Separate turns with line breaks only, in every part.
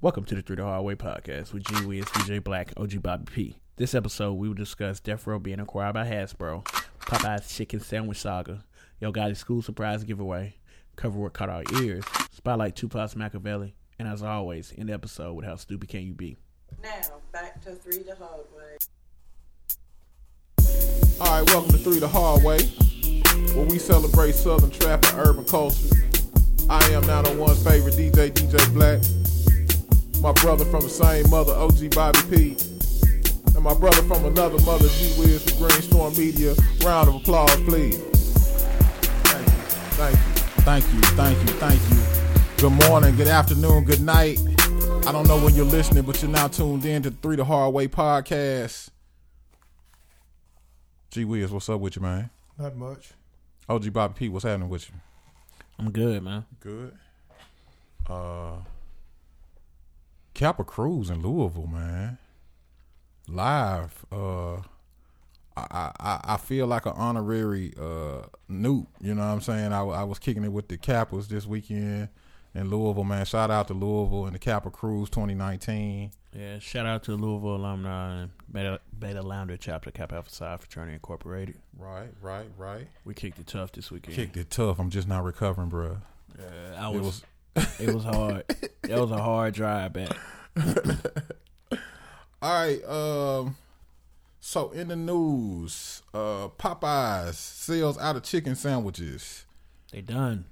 Welcome to the Through the Hardway podcast with G Wiz, DJ Black, OG Bobby P. This episode, we will discuss Death Row being acquired by Hasbro, Popeye's Chicken Sandwich Saga, Yo Gotti School Surprise Giveaway, Cover What Caught Our Ears, Spotlight Tupac's Machiavelli, and as always, end the episode with How Stupid Can You Be?
Now, back to three the hard way.
All right, welcome to Three the Hard Way, where we celebrate Southern trap and urban culture. I am 901's favorite DJ, DJ Black. My brother from the same mother, OG Bobby P. And my brother from another mother, G Wiz from Greenstorm Media. Round of applause, please. Thank you. Thank you. Thank you. Thank you. Thank you. Good morning, good afternoon, good night. I don't know when you're listening, but you're now tuned in to Three the Hard Way podcast. G Wiz, what's up with you, man?
Not much.
OG Bobby P, what's happening with you?
I'm good, man.
Good.
Uh, Kappa Cruz in Louisville, man. Live. Uh I, I, I feel like an honorary uh noob, you know what I'm saying? I, I was kicking it with the Kappas this weekend in Louisville, man. Shout out to Louisville and the Kappa Cruz 2019.
Yeah, shout out to the Louisville alumni and Beta, Beta Lambda chapter, Cap Alpha Psi Fraternity Incorporated.
Right, right, right.
We kicked it tough this weekend.
Kicked it tough. I'm just not recovering, bruh.
Uh, I was, it was, hard. That was a hard drive back.
All right. Um. So in the news, uh, Popeyes sells out of chicken sandwiches.
They done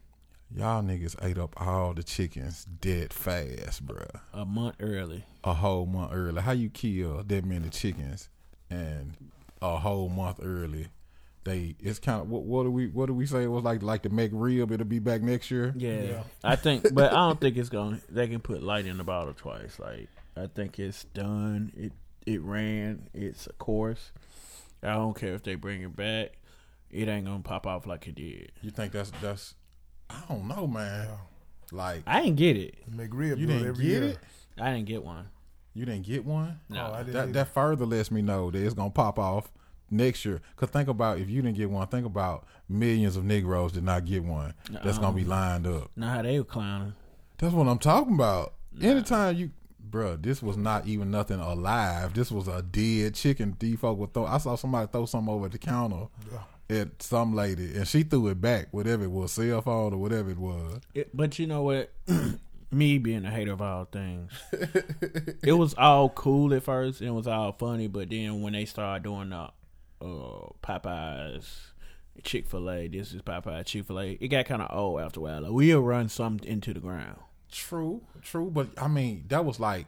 Y'all niggas ate up all the chickens dead fast, bruh.
a month early.
A whole month early. How you kill that many chickens and a whole month early? They it's kind of what, what do we what do we say it was like like the McRib? It'll be back next year.
Yeah,
Yeah.
I think, but I don't think it's gonna. They can put light in the bottle twice. Like I think it's done. It it ran. It's a course. I don't care if they bring it back. It ain't gonna pop off like it did.
You think that's that's I don't know, man. Like
I didn't get it.
McRib
you
do it
didn't
every
get
year.
it.
I didn't get one.
You didn't get one.
No,
Oh, I didn't
that
either.
that further lets me know that it's gonna pop off next year. Cause think about if you didn't get one, think about millions of Negroes did not get one. That's gonna be lined up.
not how they were clowning.
That's what I'm talking about. Anytime you, bruh, this was not even nothing alive. This was a dead chicken. D folk would throw. I saw somebody throw something over at the counter at some lady, and she threw it back, whatever it was, cell phone or whatever it was.
It, but you know what? Me being a hater of all things, it was all cool at first and it was all funny. But then when they started doing the uh, Popeyes, Chick Fil A, this is Popeye Chick Fil A, it got kind of old after a while. Like, we'll run something into the ground.
True, true, but I mean that was like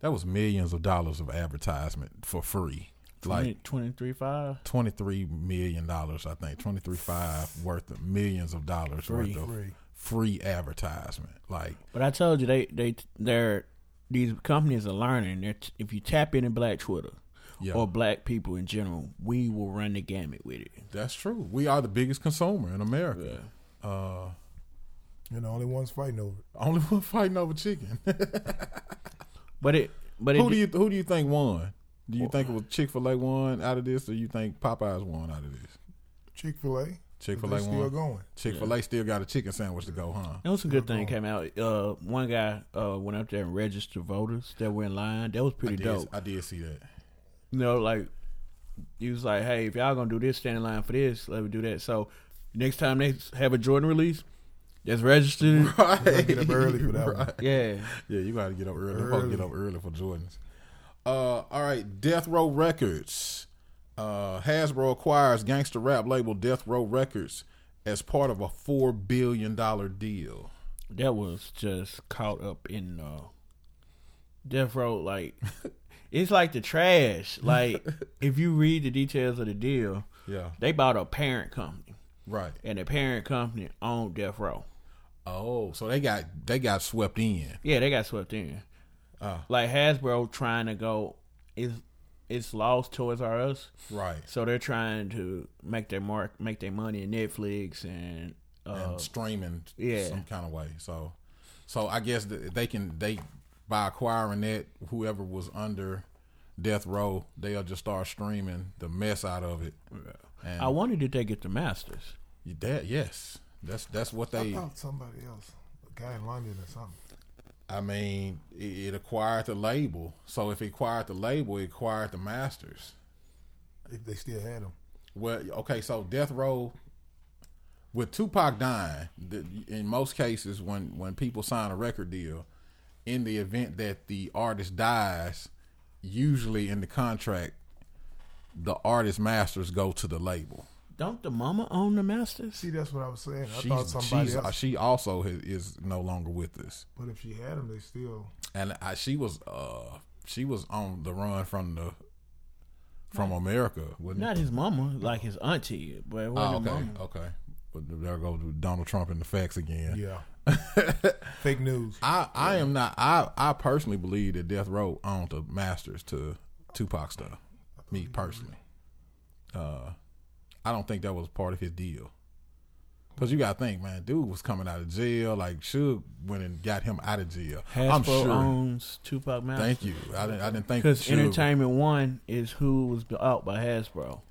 that was millions of dollars of advertisement for free. Like
twenty three five.
twenty three million dollars, I think twenty three five worth of millions of dollars
Free.
worth of
Free.
free advertisement. Like
But I told you they they they're these companies are learning. They're t- if you tap into Black Twitter
Yeah.
or Black people in general, we will run the gamut with it.
That's true. We are the biggest consumer in America.
You're the only ones fighting over it.
Only one fighting over chicken.
But it but it
who do you who do you think won? Do you think it was Chick Fil A won out of this, or you think Popeyes won out of this?
Chick fil A.
Chick Fil
They
A
still
won.
going.
Chick Fil A still got a chicken sandwich to go, huh?
That was a good
Uh-huh.
thing came out. Uh, one guy uh went up there and registered voters that were in line. That was pretty
Yes,
dope.
I did see that.
you know, like he was like, "Hey, if y'all gonna do this, stand in line for this. Let me do that." So next time they have a Jordan release, that's registered.
Get up early for that one.
yeah,
Yeah, you gotta get up early. You gotta get up early for Jordans. Uh, all right, Death Row Records. Uh, Hasbro acquires gangster rap label Death Row Records as part of a four billion dollar deal.
that was just caught up in uh, death row. Like it's like the trash. Like if you read the details of the deal,
Yeah,
they bought a parent company,
right.
and the parent company owned death row.
Oh, so they got they got swept in.
Yeah, they got swept in.
Oh.
Like Hasbro trying to go is it's lost Toys R Us,
Right.
so they're trying to make their mark, make their money in Netflix and uh,
and streaming
yeah.
some kind of way. So so I guess th- they can they by acquiring that whoever was under death row, they'll just start streaming the mess out of it. And
I wonder did they get the masters?
that yes. That's that's what
I
they
Uh-huh. Oh, thought somebody else, a guy in London or something.
I mean, it, it acquired the label. So if it acquired the label, it acquired the masters.
If they still had them,
Well, okay, so death row with Tupac dying, the, in most cases, when when people sign a record deal, in the event that the artist dies, usually in the contract, the artist masters go to the label.
Don't the mama own the masters?
see, that's what I was saying. I
She's,
thought somebody
she's-
else,
she also is, is no longer with us,
but if she had them, they still.
and I, she was uh she was on the run from the from America, wasn't
Not
it?
his mama, like his auntie, but it
Oh,
wasn't
okay,
mama.
okay. But there goes Donald Trump and the facts again.
Yeah. Fake news.
I, I am not. I, I personally believe that Death Row owned the masters to Tupac stuff. Me personally, uh, I don't think that was part of his deal. Cause you gotta think, man, dude was coming out of jail. Like Suge went and got him out of jail.
Hasbro
I'm sure.
owns Tupac Masters.
Thank you. I didn't. I didn't think
Because
Suge-
Entertainment One is who was out by Hasbro.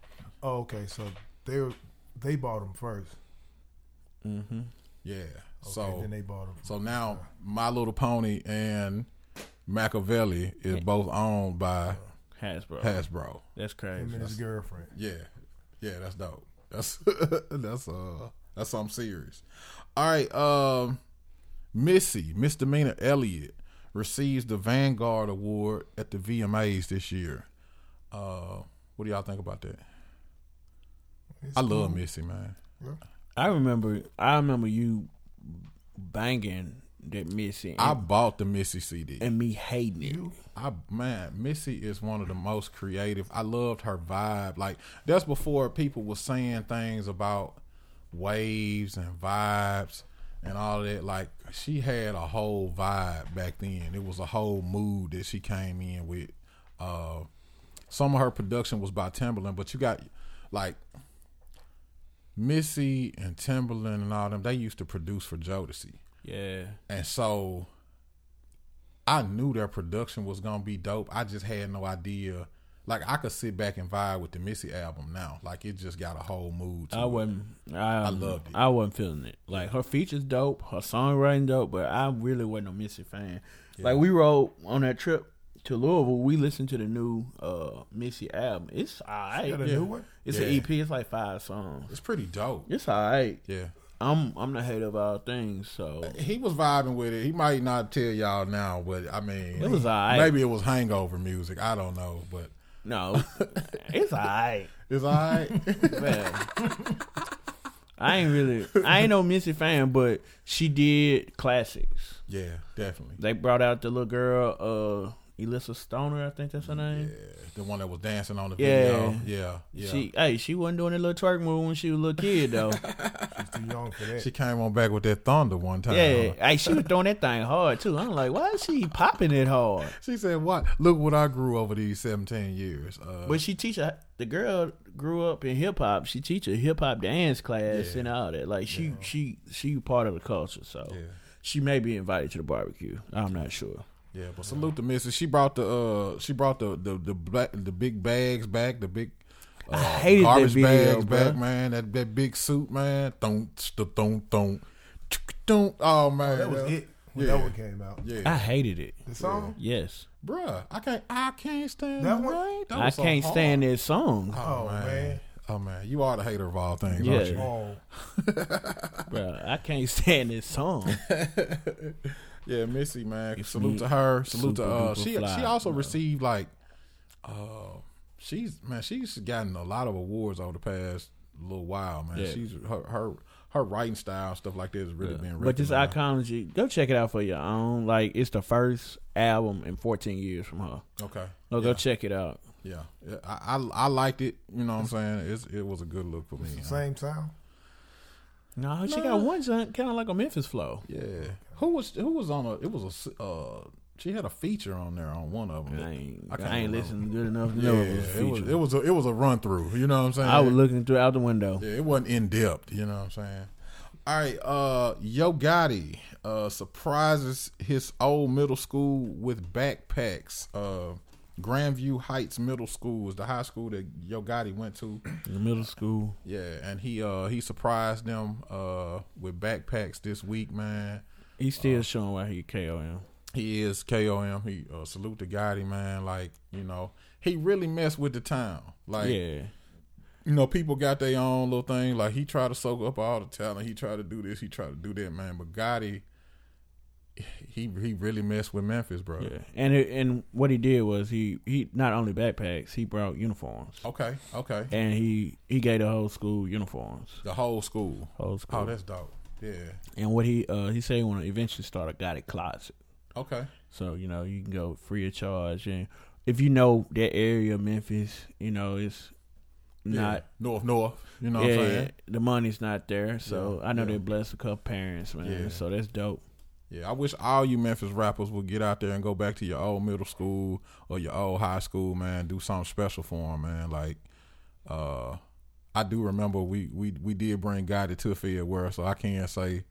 Oh, okay. So they were, they bought them first.
Mm-hmm.
Yeah.
Okay,
so
then they bought them.
so now My Little Pony and Machiavelli is both owned by
Hasbro.
Hasbro.
That's
him
crazy.
and his girlfriend.
Yeah, yeah, that's dope. That's that's uh that's something serious. All right, um, Missy misdemeanor Elliott receives the Vanguard Award at the VMAs this year. Uh, what do y'all think about that?
It's
I love
cool.
Missy, man.
Yeah.
I remember. I remember you banging that Missy and,
I bought the Missy CD.
and me hating it.
I man, Missy is one of the most creative. I loved her vibe. Like that's before people were saying things about waves and vibes and all that. Like she had a whole vibe back then. It was a whole mood that she came in with. Uh, some of her production was by Timberland, but you got like Missy and Timberland and all them. They used to produce for Jodeci.
Yeah.
And so I knew their production was gonna be dope. I just had no idea. Like I could sit back and vibe with the Missy album now. Like it just got a whole mood. To
I
it.
wasn't. I, I
loved it.
I wasn't feeling it. Like her features dope, her songwriting dope, but I really wasn't a Missy fan. Like we rode on that trip to Louisville, we listened to the new uh Missy album. It's alright.
Got a new one.
It's
Yeah.
an EP. It's like five songs.
It's pretty dope.
It's alright.
Yeah.
I'm I'm the hater of all things, so
He was vibing with it. He might not tell y'all now, but I mean,
It was alright.
Maybe it was hangover music. I don't know, but
no, it's alright.
it's alright.
Man. I ain't really, I ain't no Missy fan, but she did classics.
yeah, definitely.
They brought out the little girl, uh, Alyssa Stoner, I think that's her
Yeah,
name.
the one that was dancing on the
Yeah.
video. Yeah, yeah.
She, hey, she wasn't doing that little twerk move when she was a little kid though.
She's too young for that.
She came on back with that thunder one time.
yeah, hey, she was throwing that thing hard too. I'm like, why is she popping it hard?
She said, "What? Look what I grew over these seventeen years." Uh,
But she teach her, the girl grew up in hip hop. She teach a hip hop dance class
Yeah.
and all that. Like she, she, she part of the culture, so
yeah,
she may be invited to the barbecue. I'm not sure.
yeah. But salute to Missy. She brought the uh, she brought the the the, black, the big bags back. The big uh,
hated that
garbage
video,
bags
bruh.
back, man. That that big suit, man. Don't don't don't don't. Oh man,
That was it when
Yeah.
that one came out.
I
Yeah,
hated it.
The song?
Yes,
bruh. I can't I can't stand
That
the
one?
rain. That
I
was so
can't
hard.
stand that song,
Oh, man.
Oh man, you are the hater of all things,
Yeah.
aren't you?
Oh,
bro. I can't stand this song.
Yeah, Missy, man.
It's
salute
me,
to her. Salute to
super
uh
duper
she
fly,
she also
bro.
received like uh she's man, she's gotten a lot of awards over the past little while, man.
Yeah.
She's her her her writing style and stuff like that is really being
but this
recognized.
iconology, go check it out for your own. Like it's the first album in 14 years from her.
Okay.
No, go check it out.
Yeah. Yeah, I, I I liked it, you know what I'm saying? It's it was a good look for me.
it's the
huh?
same sound.
No, she got one kind of like a Memphis flow.
Yeah. Who was who was on a it was a s- uh she had a feature on there on one of them.
I ain't,
I
I
can't
ain't
remember.
listening good enough to
Yeah,
know it was a
it was
feature.
it was a, it was a run through, you know what I'm saying?
I was looking through out the window.
Yeah, it wasn't in depth, you know what I'm saying? All right, uh Yo Gotti uh surprises his old middle school with backpacks. Uh Grandview Heights Middle School was the high school that Yo Gotti went to.
In the middle school,
Yeah, and he uh he surprised them uh with backpacks this week, man.
he's still showing why he KOM.
He is KOM. He uh, salute the Gotti man. Like you know, he really messed with the town. Like
yeah.
you know, people got their own little thing. Like he tried to soak up all the talent. He tried to do this. He tried to do that, man. But Gotti, he he really messed with Memphis, bro.
Yeah. And it- and what he did was he he not only backpacks, he brought uniforms.
Okay, okay.
And he he gave the whole school uniforms.
The whole school.
Whole school.
Oh, that's dope. Yeah.
and what he uh he said he want to eventually start a guided closet.
Okay.
So, you know, you can go free of charge and if you know that area of Memphis, you know, it's
Yeah.
not
north north. You know
yeah,
what I'm saying?
the money's not there. So
Yeah,
I know
yeah.
they blessed a couple parents, man.
Yeah.
So that's dope.
Yeah, I wish all you Memphis rappers would get out there and go back to your old middle school or your old high school, man. Do something special for them, man. Like, uh, I do remember we we we did bring Gotti to Fair World, so I can't say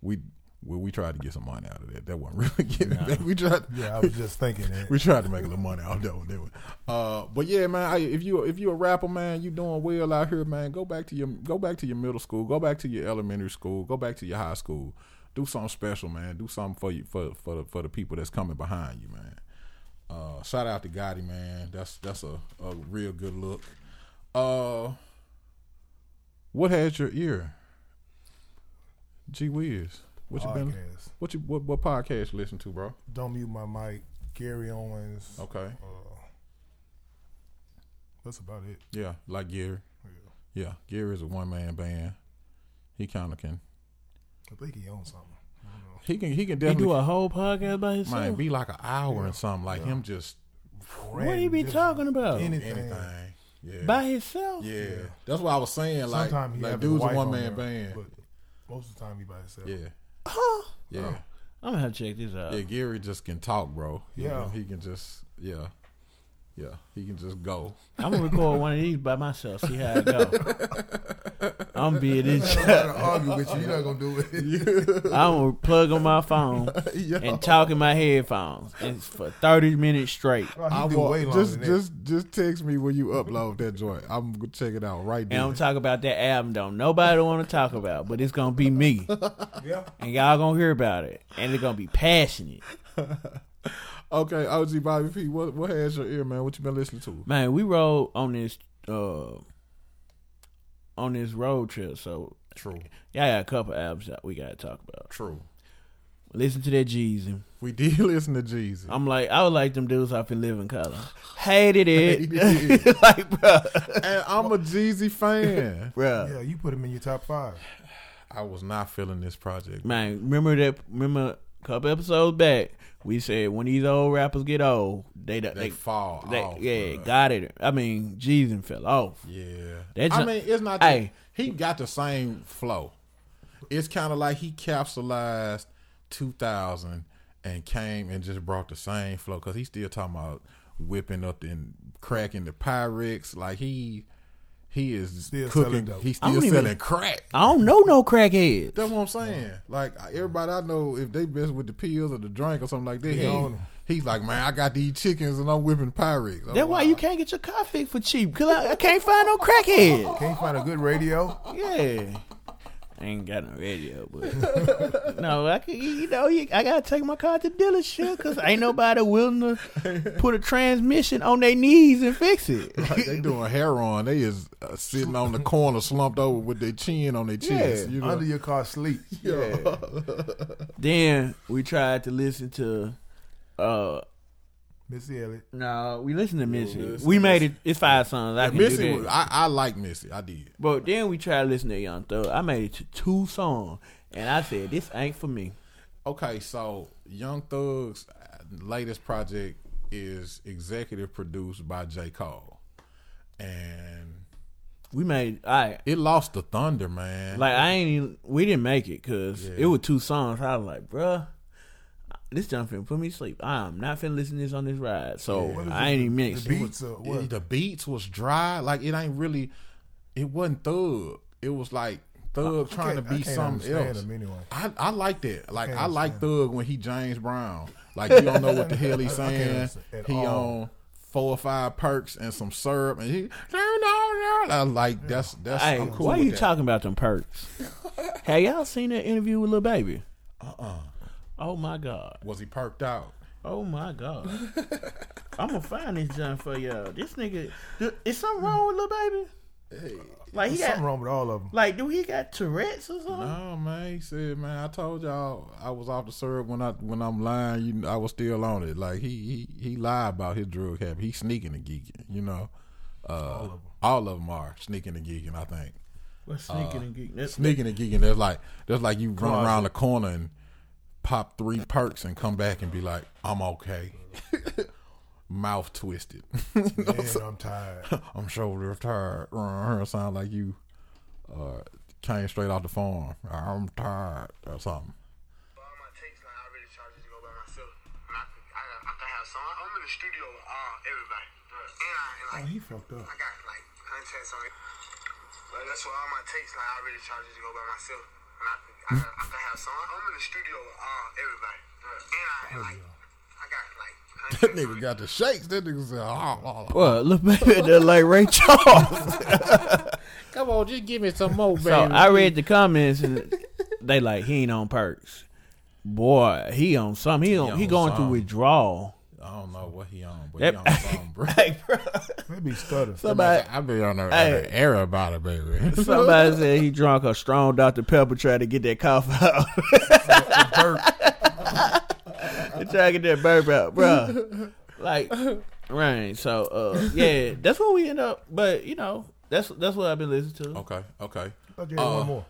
we we, we tried to get some money out of that. That wasn't really getting back. We tried.
Yeah, I was just thinking that.
We tried to make a little money off that one, didn't we? Uh, but yeah, man, I, if you if you a rapper, man, you doing well out here, man. Go back to your go back to your middle school, go back to your elementary school, go back to your high school. Do something special, man. Do something for you for for the, for the people that's coming behind you, man. Uh, shout out to Gotti, man. That's that's a, a real good look. Uh, what has your ear? Gee whiz, what you been?
Podcast.
What you what what podcast you listen to, bro?
Don't mute my mic. Gary Owens.
Okay,
Uh, that's about it.
yeah, like Gary.
Yeah.
Yeah, Gary is a one man band. He kind of can.
I think he owns something. I don't know.
He can. He can
He do
definitely.
a whole podcast by himself.
might be like an hour and something. Like him just
what he be
Just
talking about?
Anything.
anything. Yeah.
By himself?
yeah. That's what I was saying. Like,
Sometimes he
like
have his
dude's a
wife
one
on
man
there,
band.
But most of the time he by himself.
yeah. Yeah.
I'm gonna have to check this out.
Yeah. Gary just can talk, bro. You
Oh. Yeah.
know, he can just. Yeah. Yeah. He can just go.
I'm gonna record one of these by myself. See how it go. I'm being in.
I'm not gonna argue with you. You're not gonna do it.
I'm gonna plug on my phone
Yeah.
and talk in my headphones and for 30 minutes straight.
Bro, he
I
do
want-
way longer
just
than that.
just just text me when you upload that joint. I'm gonna check it out right
And I'm
now.
talking about that album. Don't nobody want to talk about, but it's gonna be me,
yeah.
and y'all gonna hear about it, and it's gonna be passionate.
Okay, OG Bobby P, what what has your ear, man? What you been listening to?
Man, we rode on this uh on this road trip, so
True,
y'all got a couple albums that we gotta talk about.
true.
Listen to that Jeezy.
We did listen to Jesus.
I'm like, I would like them dudes off in Living Color. Hated it.
Hated
like, bro.
and I'm a Jeezy fan.
Bro.
Yeah, you put him in your top five.
I was not feeling this project.
Man, remember that? Remember a couple episodes back, we said when these old rappers get old, they they,
They, fall
they-
off.
yeah,
bruh.
got it. I mean, Jeezy fell off.
yeah.
That
I
jo-
mean, it's not.
Hey.
that- he got the same flow. It's kind of like he capsulized 2000 and came and just brought the same flow because he's still talking about whipping up and cracking the Pyrex. Like he, he is
Still selling
cooking.
dope.
He's
I
still
don't even-
selling crack.
I don't know no crackheads.
That's what I'm saying. Like everybody I know, if they mess with the pills or the drink or something like that,
Yeah.
he, he's like, man, I got these chickens and I'm whipping Pyrex. I'm
That's why you can't get your car fixed for cheap. Cause I, I can't find no crackhead.
Can't find a good radio.
Yeah. I ain't got no radio, but no, I can. You know, you, I gotta take my car to dealership because ain't nobody willing to put a transmission on their knees and fix it.
like, they doing heroin. They is uh, sitting on the corner, slumped over with their chin on their chest.
Yeah.
you know?
Under your car, sleep.
Yeah. then we tried to listen to uh
Missy Elliott.
no, we listened to Missy. we made it it's five songs. I can
Missy,
do
was-
that.
I, I like Missy. I did.
but then we tried to listen to Young Thug. I made it to two songs and I said this ain't for me.
Okay, so Young Thug's uh, latest project is executive produced by J. Cole, and
We made I
it lost the thunder, man.
like I ain't even we didn't make it cuz it was two songs. I was like, bruh, this jump finna put me to sleep. I'm not finna listen to this on this ride. So
What is
I
it?
ain't even
The
mixed.
Beats or what?
Yeah, the beats was dry. Like it ain't really. It wasn't thug. It was like thug trying to
can't- I
be
can't
something
understand
else.
him anyway.
I, I like that. Like
can't
I like
understand
thug when he James Brown. Like you don't know what the hell he's
I- I can't
saying.
understand at
He
all.
on four or five perks and some syrup, and he. I like that's that's.
Hey,
I'm cool
why
with
you
that. Uh-uh.
talking about them perks? Have y'all seen that interview with Lil Baby? Oh my god.
Was he perked out?
Oh my god. I'm gonna find this junk for y'all. This nigga, th- is something wrong with little baby? Like he
There's something
got,
wrong with all of them.
like, do he got Tourette's or something?
No, Oh, man. He said, man, I told y'all I was off the syrup when I when I'm lying. You, I was still on it. Like he he, he lied about his drug habit. He's sneaking and geeking. You know, uh, all of them. are sneaking and geeking. I think
What's sneaking and geeking? That's,
sneaking and geeking. That's like that's like you run around the corner and pop three perks and come back and be like, I'm okay. Mouth twisted.
Man, I'm tired.
I'm shoulder tired. Her sound like you uh, came straight off the farm. I'm tired or something.
all my tapes, like, I really try to just go by myself. And I could, I, I could have songs. I'm in the studio with all everybody. And I, and
Oh,
like,
he fucked up.
I got like contacts on it. Like, that's why all my takes, like, I really try to just go by myself. And I could, I, I could have songs. I'm in the studio with all everybody. And I, and like, I got like
That
contacts on
nigga got the shakes. That nigga said, oh, oh, oh."
well, little baby, that like Ray Charles.
"Come on, just give me some more, baby."
so I read the comments and they like he ain't on perks. Boy, he on some. He on, he,
on
going
some.
through withdrawal.
I don't know what he on, but
That-
he on something, bro.
Like, bro,
Maybe stutter.
somebody,
I be on the
Hey.
hey. air about it, baby.
somebody said he drunk a strong Dr Pepper trying to get that cough out. trying to get that burp out, bro. Like, right. So, uh, yeah, that's what we end up. But you know, that's that's what I've been listening to.
okay, okay.
Thought you had
Uh,
one more.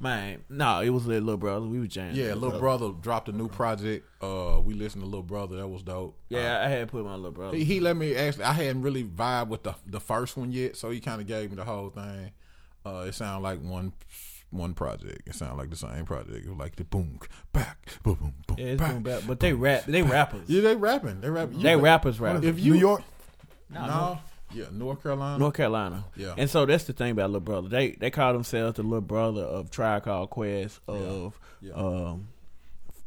Man, no, it was little brother. We were jamming.
Yeah, little brother dropped a new project. Uh, we listened to little brother. That was dope.
Yeah, I had put my little brother.
He, he let me actually. I hadn't really vibe with the the first one yet, so he kind of gave me the whole thing. Uh, it sounded like one one project. It sounded like the same project. It was like the boom back, boom boom boom.
Yeah, it's
back.
doing bad, but they rap. They rappers.
Yeah, they rapping. They rapping. You
They
bet-
rappers rap.
If you
New York,
no, yeah, North Carolina.
North Carolina.
Yeah.
And so that's the thing about Little Brother. They they call themselves the Little Brother of Tribe Called Quest of
Yeah.
um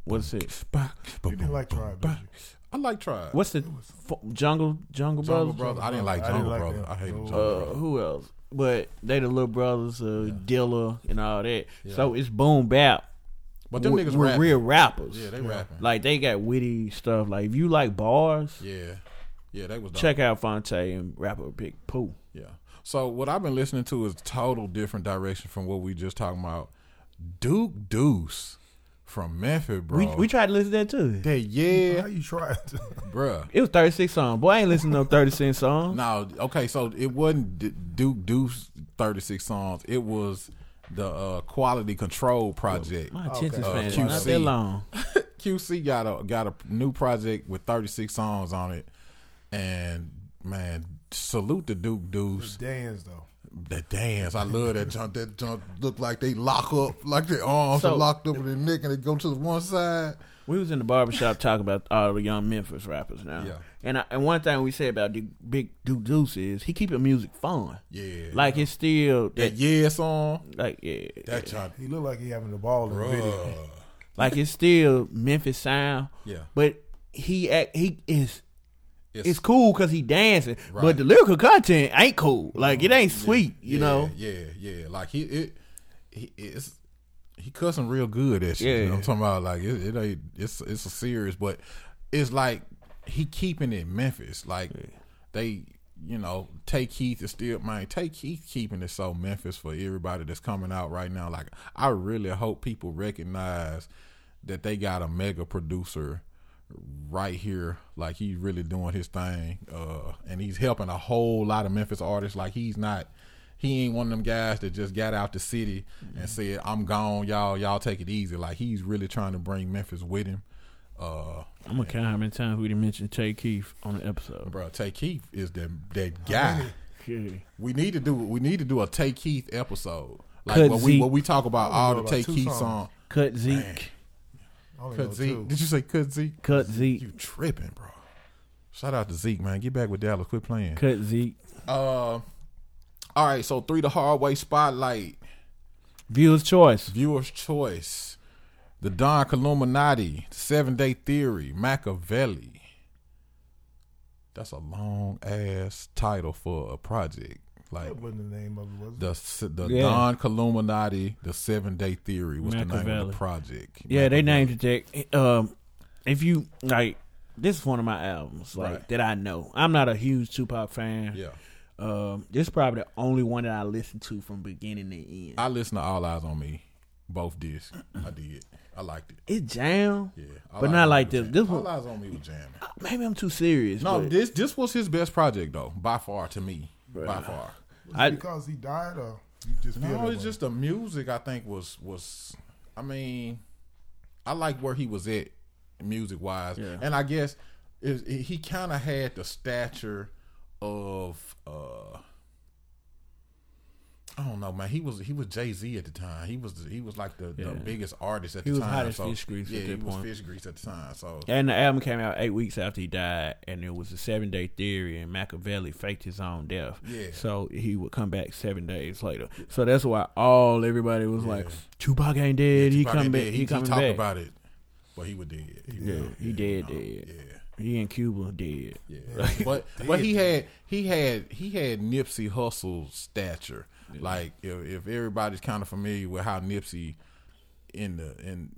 what's it?
Back, boom,
you didn't
boom,
like
boom,
Tribe.
back.
did you?
I like Tribe.
What's the f- Jungle Jungle
Jungle
Brothers?
Brother? I didn't like
I didn't
Jungle
like
Brother.
them.
I hate
No.
Jungle
Uh,
Brother.
who else? But they the Little Brothers of Dilla and all that. So it's boom bap.
But them
with-
niggas
with
rapping.
real rappers.
Yeah, they rapping.
Like they got witty stuff. Like if you like bars,
Yeah, yeah, they was dope.
check out Fonte and rapper Big Pooh.
Yeah. So what I've been listening to is total different direction from what we just talking about. Duke Deuce from Memphis, bro.
We we tried to listen to that too.
that yeah,
How you trying to?
bruh.
It was thirty six songs. Boy, I ain't listening to no thirty six songs.
No, okay, so it wasn't D- Duke Deuce thirty six songs. It was the uh, Quality Control Project.
My attention span
Okay.
is
Uh,
not
QC.
that long.
QC got a got a new project with thirty six songs on it, and man, salute to Duke Deuce.
Dan's though.
That dance, I love that jump. That jump look like they lock up, like their arms
So-
are locked up in their neck, and they go to the one side.
We was in the barbershop talking about all the young Memphis rappers now.
Yeah.
And I, and one thing we said about the big Duke Deuce is he keeping music fun.
Yeah,
Like it's still
that
that
yeah song.
like yeah.
That jump,
He looked like he having the ball in the video.
bruh.
Like it's still Memphis sound.
Yeah.
But he act he is
It's,
it's cool because he dancing,
Right.
but the lyrical content ain't cool. Like it ain't sweet, you
yeah,
know.
Yeah, yeah. Like he it he it's he cussing real good at shit. You know
Yeah.
what I'm talking about like it, it ain't it's it's a serious, but it's like he keeping it Memphis. Like they you know, Take Keith is still man, Take Keith keeping it so Memphis for everybody that's coming out right now. Like I really hope people recognize that they got a mega producer right here like he's really doing his thing uh and he's helping a whole lot of memphis artists like he's not he ain't one of them guys that just got out the city
Mm-hmm.
and said i'm gone y'all y'all take it easy like he's really trying to bring memphis with him uh
I'm gonna count how many times we done mentioned Tay Keith on the episode.
bro take keith is that that guy
Yeah.
we need to do we need to do a take keith episode like
Cut
what we
Zeke.
what we talk about all the
about
take
two
keith
songs.
song
Cut Zeke.
I only know
cut zeke
two.
did you say cut zeke
Cut Zeke.
you tripping bro shout out to zeke man get back with dallas quit playing
Cut Zeke.
Uh, all right. So three the hard way spotlight,
Viewer's choice.
viewers' choice, the Don Illuminati, Seven Day Theory, Machiavelli. That's a long ass title for a project. Like
That wasn't the name of it, was it?
the s- the
Yeah.
Don Columinati, the Seven Day Theory was the name of
Machiavelli.
the project.
Yeah, they named it that. Um, if you like, this is one of my albums like
Right.
that I know. I'm not a huge Tupac fan.
Yeah,
Um, this is probably the only one that I listened to from beginning to end.
I listened to All Eyes on Me, both discs. I did. I liked it.
it jam,
Yeah, All
but
Eyes
not
on
like
Me
this.
was
This
jamming.
one,
All Eyes on Me was jamming.
maybe I'm too serious.
No,
but
this this was his best project though, by far to me, by far.
Was it
I-
because he died, or you just feel
No,
that
it's
way?
just the music. I think was was. I mean, I like where he was at, music wise,
Yeah.
and I guess is he kind of had the stature of. uh I don't know, man. He was he was Jay Z at the time. He was he was like the,
Yeah.
the biggest artist at
He
the
was
time.
hot as
so,
fish grease at
Yeah, he
that
was
point.
fish grease at the time. So
and the album came out eight weeks after he died, and it was a seven day theory, and Machiavelli faked his own death.
Yeah.
So he would come back seven days later. So that's why all everybody was like, Tupac ain't dead. he
probably
come back.
did.
He, coming
talked
back.
about it, but he was dead. He was
Yeah,
dead.
he dead, dead.
Yeah.
He in Cuba dead.
Yeah. but but he had he had he had Nipsey Hussle's stature. Like if, if everybody's kind of familiar with how Nipsey in the in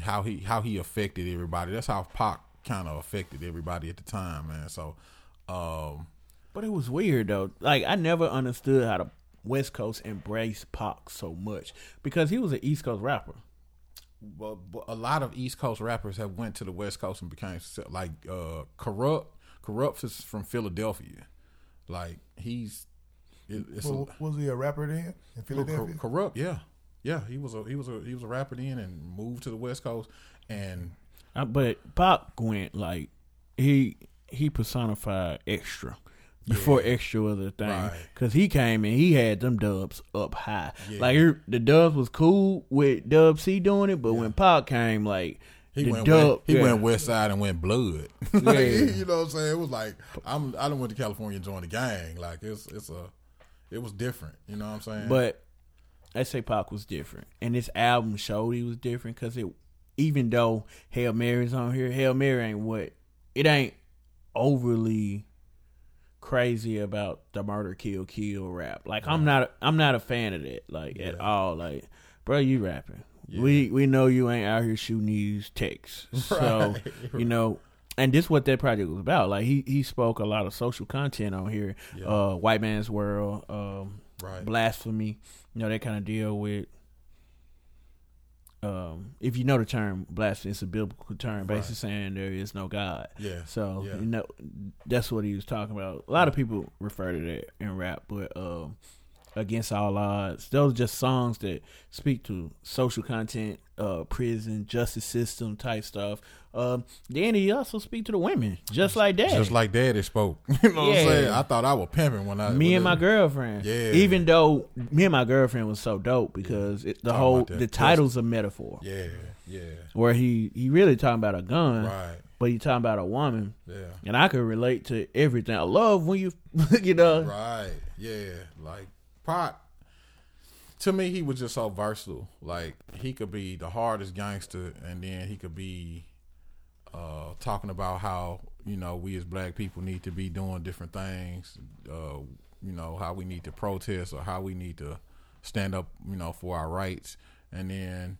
how he how he affected everybody. That's how Pac kind of affected everybody at the time, man. So um
But it was weird though. Like I never understood how the West Coast embraced Pac so much because he was an East Coast rapper.
but, but a lot of East Coast rappers have went to the West Coast and became se- like uh corrupt corrupt is from Philadelphia. Like he's it, it's a, Oh,
Well, was he a rapper then in
Cor-
Philadelphia?
Cor- corrupt, yeah, yeah. He was a he was a he was a rapper then and moved to the West Coast and
Uh, but Pac went like he he personified extra before extra was a thing
Right.
because he came and he had them dubs up high. Like it- the dubs was cool with Dub C doing it, but when Pac came, like
he
the
went
dub,
west, he
yeah.
went West Side and went Blood. Like,
Yeah.
you know what I'm saying? It was like I'm I done went to California and joined the gang. Like it's it's a it was different. You know what I'm saying?
But I say Pac was different, and this album showed he was different because it, even though Hail Mary's on here, Hail Mary ain't what it ain't overly crazy about the murder kill kill rap. Like I'm not I'm not a fan of that like at all. Like, bro, you rapping. We we know you ain't out here shooting these texts, so you know. And this what that project was about. Like he he spoke a lot of social content on here, uh, white man's world, um,
Right.
blasphemy. You know, they kind of deal with. Um, if you know the term blasphemy, it's a biblical term, basically saying there is no God.
Yeah,
So
yeah.
you know, that's what he was talking about. A lot of people refer to that in rap, but um, against all odds, those are just songs that speak to social content, uh, prison, justice system type stuff. Um, then he also speak to the women, just like that.
just like Daddy spoke. you know what I'm
Yeah.
saying? I thought I was pimping when I
me
when
and my
it-
girlfriend.
Yeah.
Even though me and my girlfriend was so dope because it, the
Talking
whole
about that
the title's a metaphor
Yeah, yeah,
where he he really talking about a gun,
Right.
but he talking about a woman.
yeah.
And I could relate to everything. I love when you, you know,
Right. Yeah. Like Pac. To me, he was just so versatile. Like he could be the hardest gangster, and then he could be uh, talking about how you know we as black people need to be doing different things. Uh, you know how we need to protest or how we need to stand up. You know for our rights, and then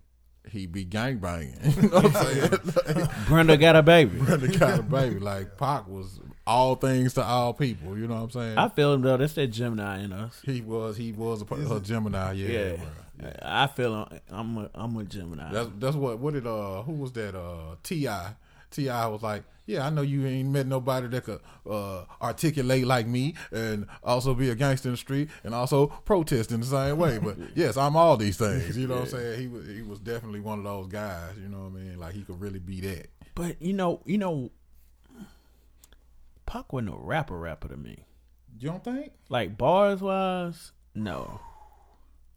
he be gangbanging. you know what I'm saying?
Brenda got a baby.
the kind of baby like Pac was all things to all people. You know what I'm saying?
I feel him though. That's that Gemini in us.
He was. He was a, a Gemini. Yeah.
Yeah,
bro.
I feel him. I'm a, I'm a Gemini.
That's that's what. What did uh? Who was that? Uh, Ti. Ti was like, yeah, I know you ain't met nobody that could uh articulate like me, and also be a gangster in the street, and also protest in the same way. But yes, I'm all these things. You know what I'm saying? He was. He was definitely one of those guys. You know what I mean? Like he could really be that.
but you know, you know, Pac wasn't a rapper rapper to me.
You don't think?
Like bars wise, no,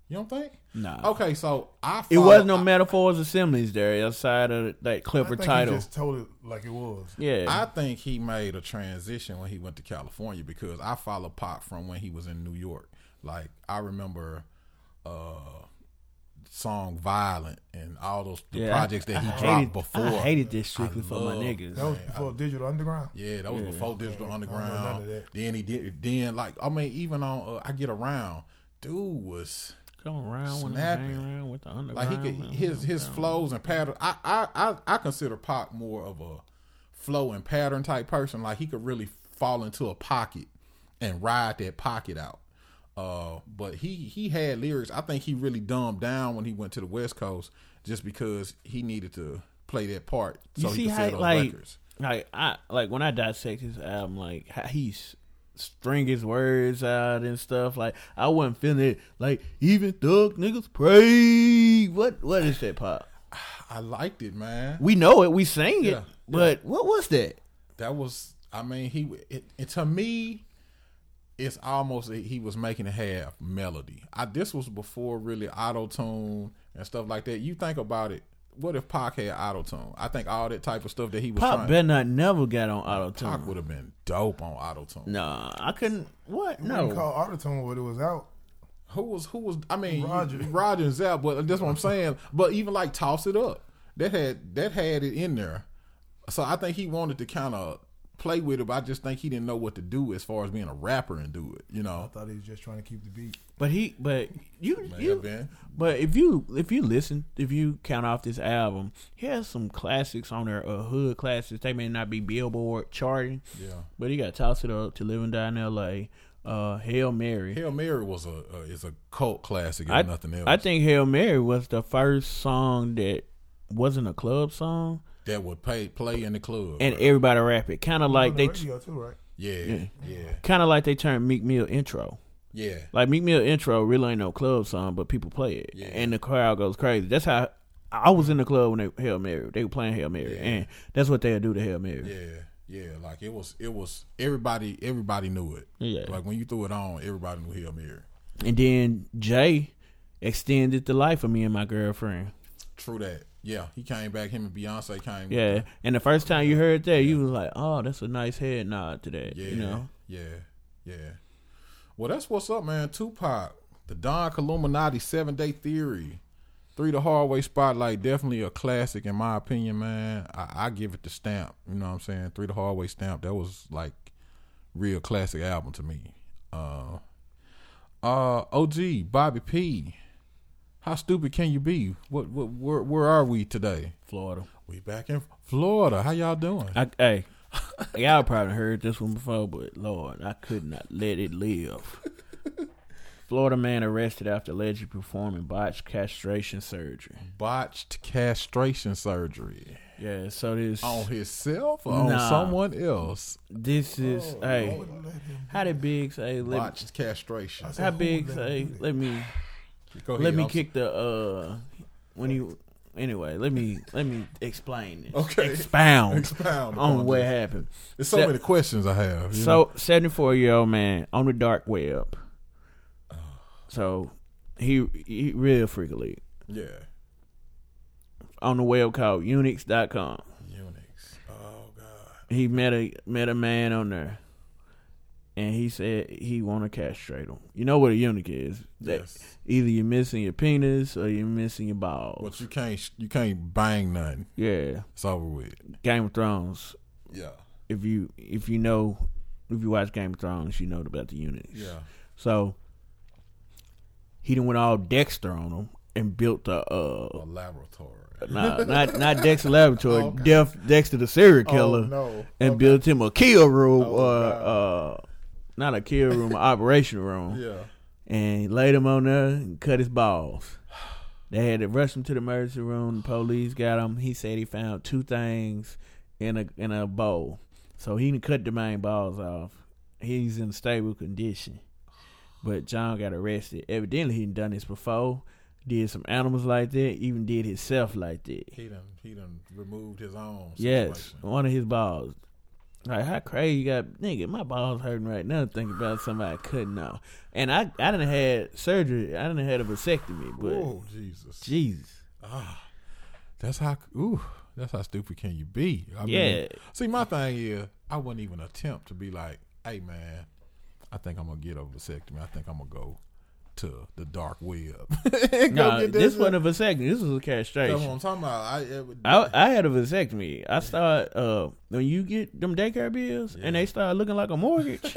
You don't think?
nah.
Okay, so I.
It
follow-
was no metaphors assemblies there outside of that
I
Clifford
think
title.
he just told it like it was.
yeah,
I think he made a transition when he went to California because I follow Pop from when he was in New York. Like I remember uh song "Violent" and all those the
Yeah, I-
projects that he
I
dropped
hated-
before.
I hated this strictly
I
for my
love-
niggas.
That was before Digital Underground.
Yeah, that was before Digital
none of
Underground.
that.
Then he did. Then like I mean, even on uh, I get around, dude was
Come around with the
Snapping.
hang around with the
like
underground.
he could his his flows and pattern. I I I, I consider Pac more of a flow and pattern type person. Like he could really fall into a pocket and ride that pocket out. Uh, but he he had lyrics. I think he really dumbed down when he went to the West Coast just because he needed to play that part so
you see
he could
how
sell those
like
records.
like I like when I dissect his album, like how he's string his words out and stuff. Like I wasn't feeling it. Like even thug niggas pray. What what is that pop?
I liked it, man.
We know it. We sang it.
Yeah,
But what was that?
that was I mean he it, it to me it's almost that he was making it have melody. I this was before really auto tune and stuff like that. You think about it, what if Pac had auto tune? I think all that type of stuff that he was
Pop
trying
better not never got on auto
Pac
tune.
would have been dope on auto tune.
Nah, I couldn't. What?
No.
No.
Called Autotune when it was out.
Who was who was I mean Roger,
Roger.
Roger and Zap, but that's what I'm saying. But even like toss it up. That had that had it in there. So I think he wanted to kind of play with it, but I just think he didn't know what to do as far as being a rapper and do it, you know.
I thought he was just trying to keep the beat.
But he. But you.
May have
you
been.
But if you if you listen, if you count off this album, he has some classics on there, uh, hood classics. They may not be Billboard charting,
Yeah.
but he got toss it up to live and die in L.A. Uh, Hail Mary.
Hail Mary was a uh, is a cult classic if
I,
nothing else.
I think Hail Mary was the first song that wasn't a club song,
that would play play in the club.
and
bro.
everybody rap it, kind of like
On
they,
the radio too, right?
yeah, yeah,
kind of like they turned Meek Mill intro.
yeah,
Like Meek Mill intro really ain't no club song, but people play it,
Yeah.
and the crowd goes crazy. That's how I was in the club when they Hail Mary. They were playing Hail Mary, and that's what they'll do to Hail Mary.
yeah, yeah. Like it was, it was everybody. Everybody knew it.
Yeah.
Like when you threw it on, everybody knew Hail Mary.
And then Jay extended the life of me and my girlfriend.
True that. Yeah, he came back. Him and Beyonce came.
Yeah. And the first time you heard that, you was like, "Oh, that's a nice head nod to that."
yeah,
You know.
yeah, yeah. Well, that's what's up, man. Tupac, the Don Illuminati Seven Day Theory, Three the Hard Way Spotlight, definitely a classic in my opinion, man. I, I give it the stamp. You know what I'm saying? Three the Hard Way stamp. That was like real classic album to me. Uh, uh, OG Bobby P. How stupid can you be? What, what where where are we today?
Florida.
We back in Florida. How y'all doing?
I, hey, y'all probably heard this one before, but Lord, I could not let it live. Florida man arrested after allegedly performing botched castration surgery.
Botched castration surgery.
Yeah, so this
on himself or on
Nah.
someone else.
this is
Oh,
hey, how did Big say? Let,
Botched castration.
how Big say? Let me.
Go
let
ahead,
me
I'm-
kick the uh when you anyway let me let me explain this
Okay.
expound,
Expound
on
upon
what
this.
happened
There's so
That-
many questions I have. you
so
know?
74 year old man on the dark web so he he real freakily
yeah,
on the web called unix.com
Unix. Oh God.
he met a met a man on there and he said he want to castrate him you know what a eunuch is that
Yes.
either you're missing your penis or you're missing your balls
But you can't sh- you can't bang nothing.
yeah
It's over with.
game of thrones
Yeah.
if you if you know if you watch Game of Thrones, you know about the units.
Yeah.
So he done went all Dexter on them and built a uh
A laboratory.
nah, not not Dexter Laboratory, Def Dexter the serial killer,
no.
and built him a kill room uh, uh not a kill room, an operation room,
Yeah.
and laid him on there and cut his balls. They had to rush him to the emergency room. The police got him. He said he found two things in a in a bowl. So he done cut the main balls off. He's in stable condition. But John got arrested. Evidently he done done this before. Did some animals like that. Even did himself like that.
He done he done removed his own.
Yes,
situation.
one of his balls. Like how crazy you got, nigga? My balls hurting right now thinking about somebody cutting off. And I, I didn't had surgery. I didn't had a vasectomy, but
Oh Jesus.
Jesus,
That's how. Ooh, that's how stupid can you be? I
Yeah.
see, my thing is, I wouldn't even attempt to be like, "Hey, man, I think I'm gonna get a vasectomy. I think I'm gonna go to the dark web.
Nah, this wasn't a vasectomy. This was a
That's what
castration.
I'm talking about. I, it would,
I, I had a vasectomy. I start uh when you get them daycare bills and they start looking like a mortgage.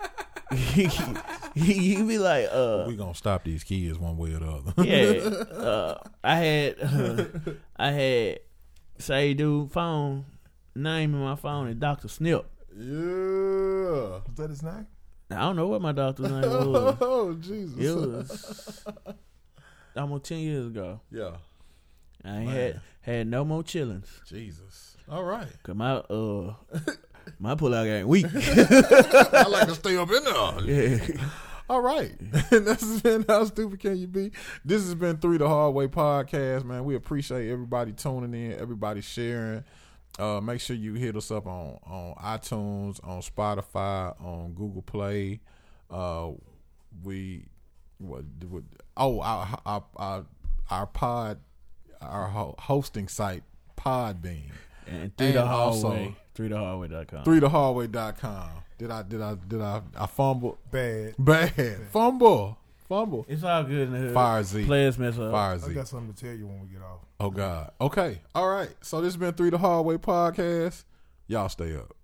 you be like, uh,
we gonna stop these kids one way or the other.
yeah. Uh, I had I had say dude phone name in my phone is Doctor Snip.
yeah.
Is that his name?
I don't know what my doctor's name was.
Oh Jesus.
It was almost ten years ago.
Yeah.
I ain't had had no more chillings.
Jesus. All right.
Cause my uh my pullout game weak.
I like to stay up in there. All right. And this has been How Stupid Can You Be? This has been Three the Hard Way Podcast, man. We appreciate everybody tuning in, everybody sharing. Uh, make sure you hit us up on, on iTunes, on Spotify, on Google Play. Uh, we, what, what oh, our, our, our, our pod, our ho- hosting site, Podbean.
and through
And
the
also-
hallway. Through the hallway.com.
Three the hallway.com. Did I, did I, did I, I fumble?
Bad.
Bad. Fumble. Fumble.
It's all good in the hood.
Fire Z.
Players mess up.
Fire
Oh, I
Z.
got something to tell you when we get off.
Oh God. Okay. All right. So this has been Three the Hallway Podcast. Y'all stay up.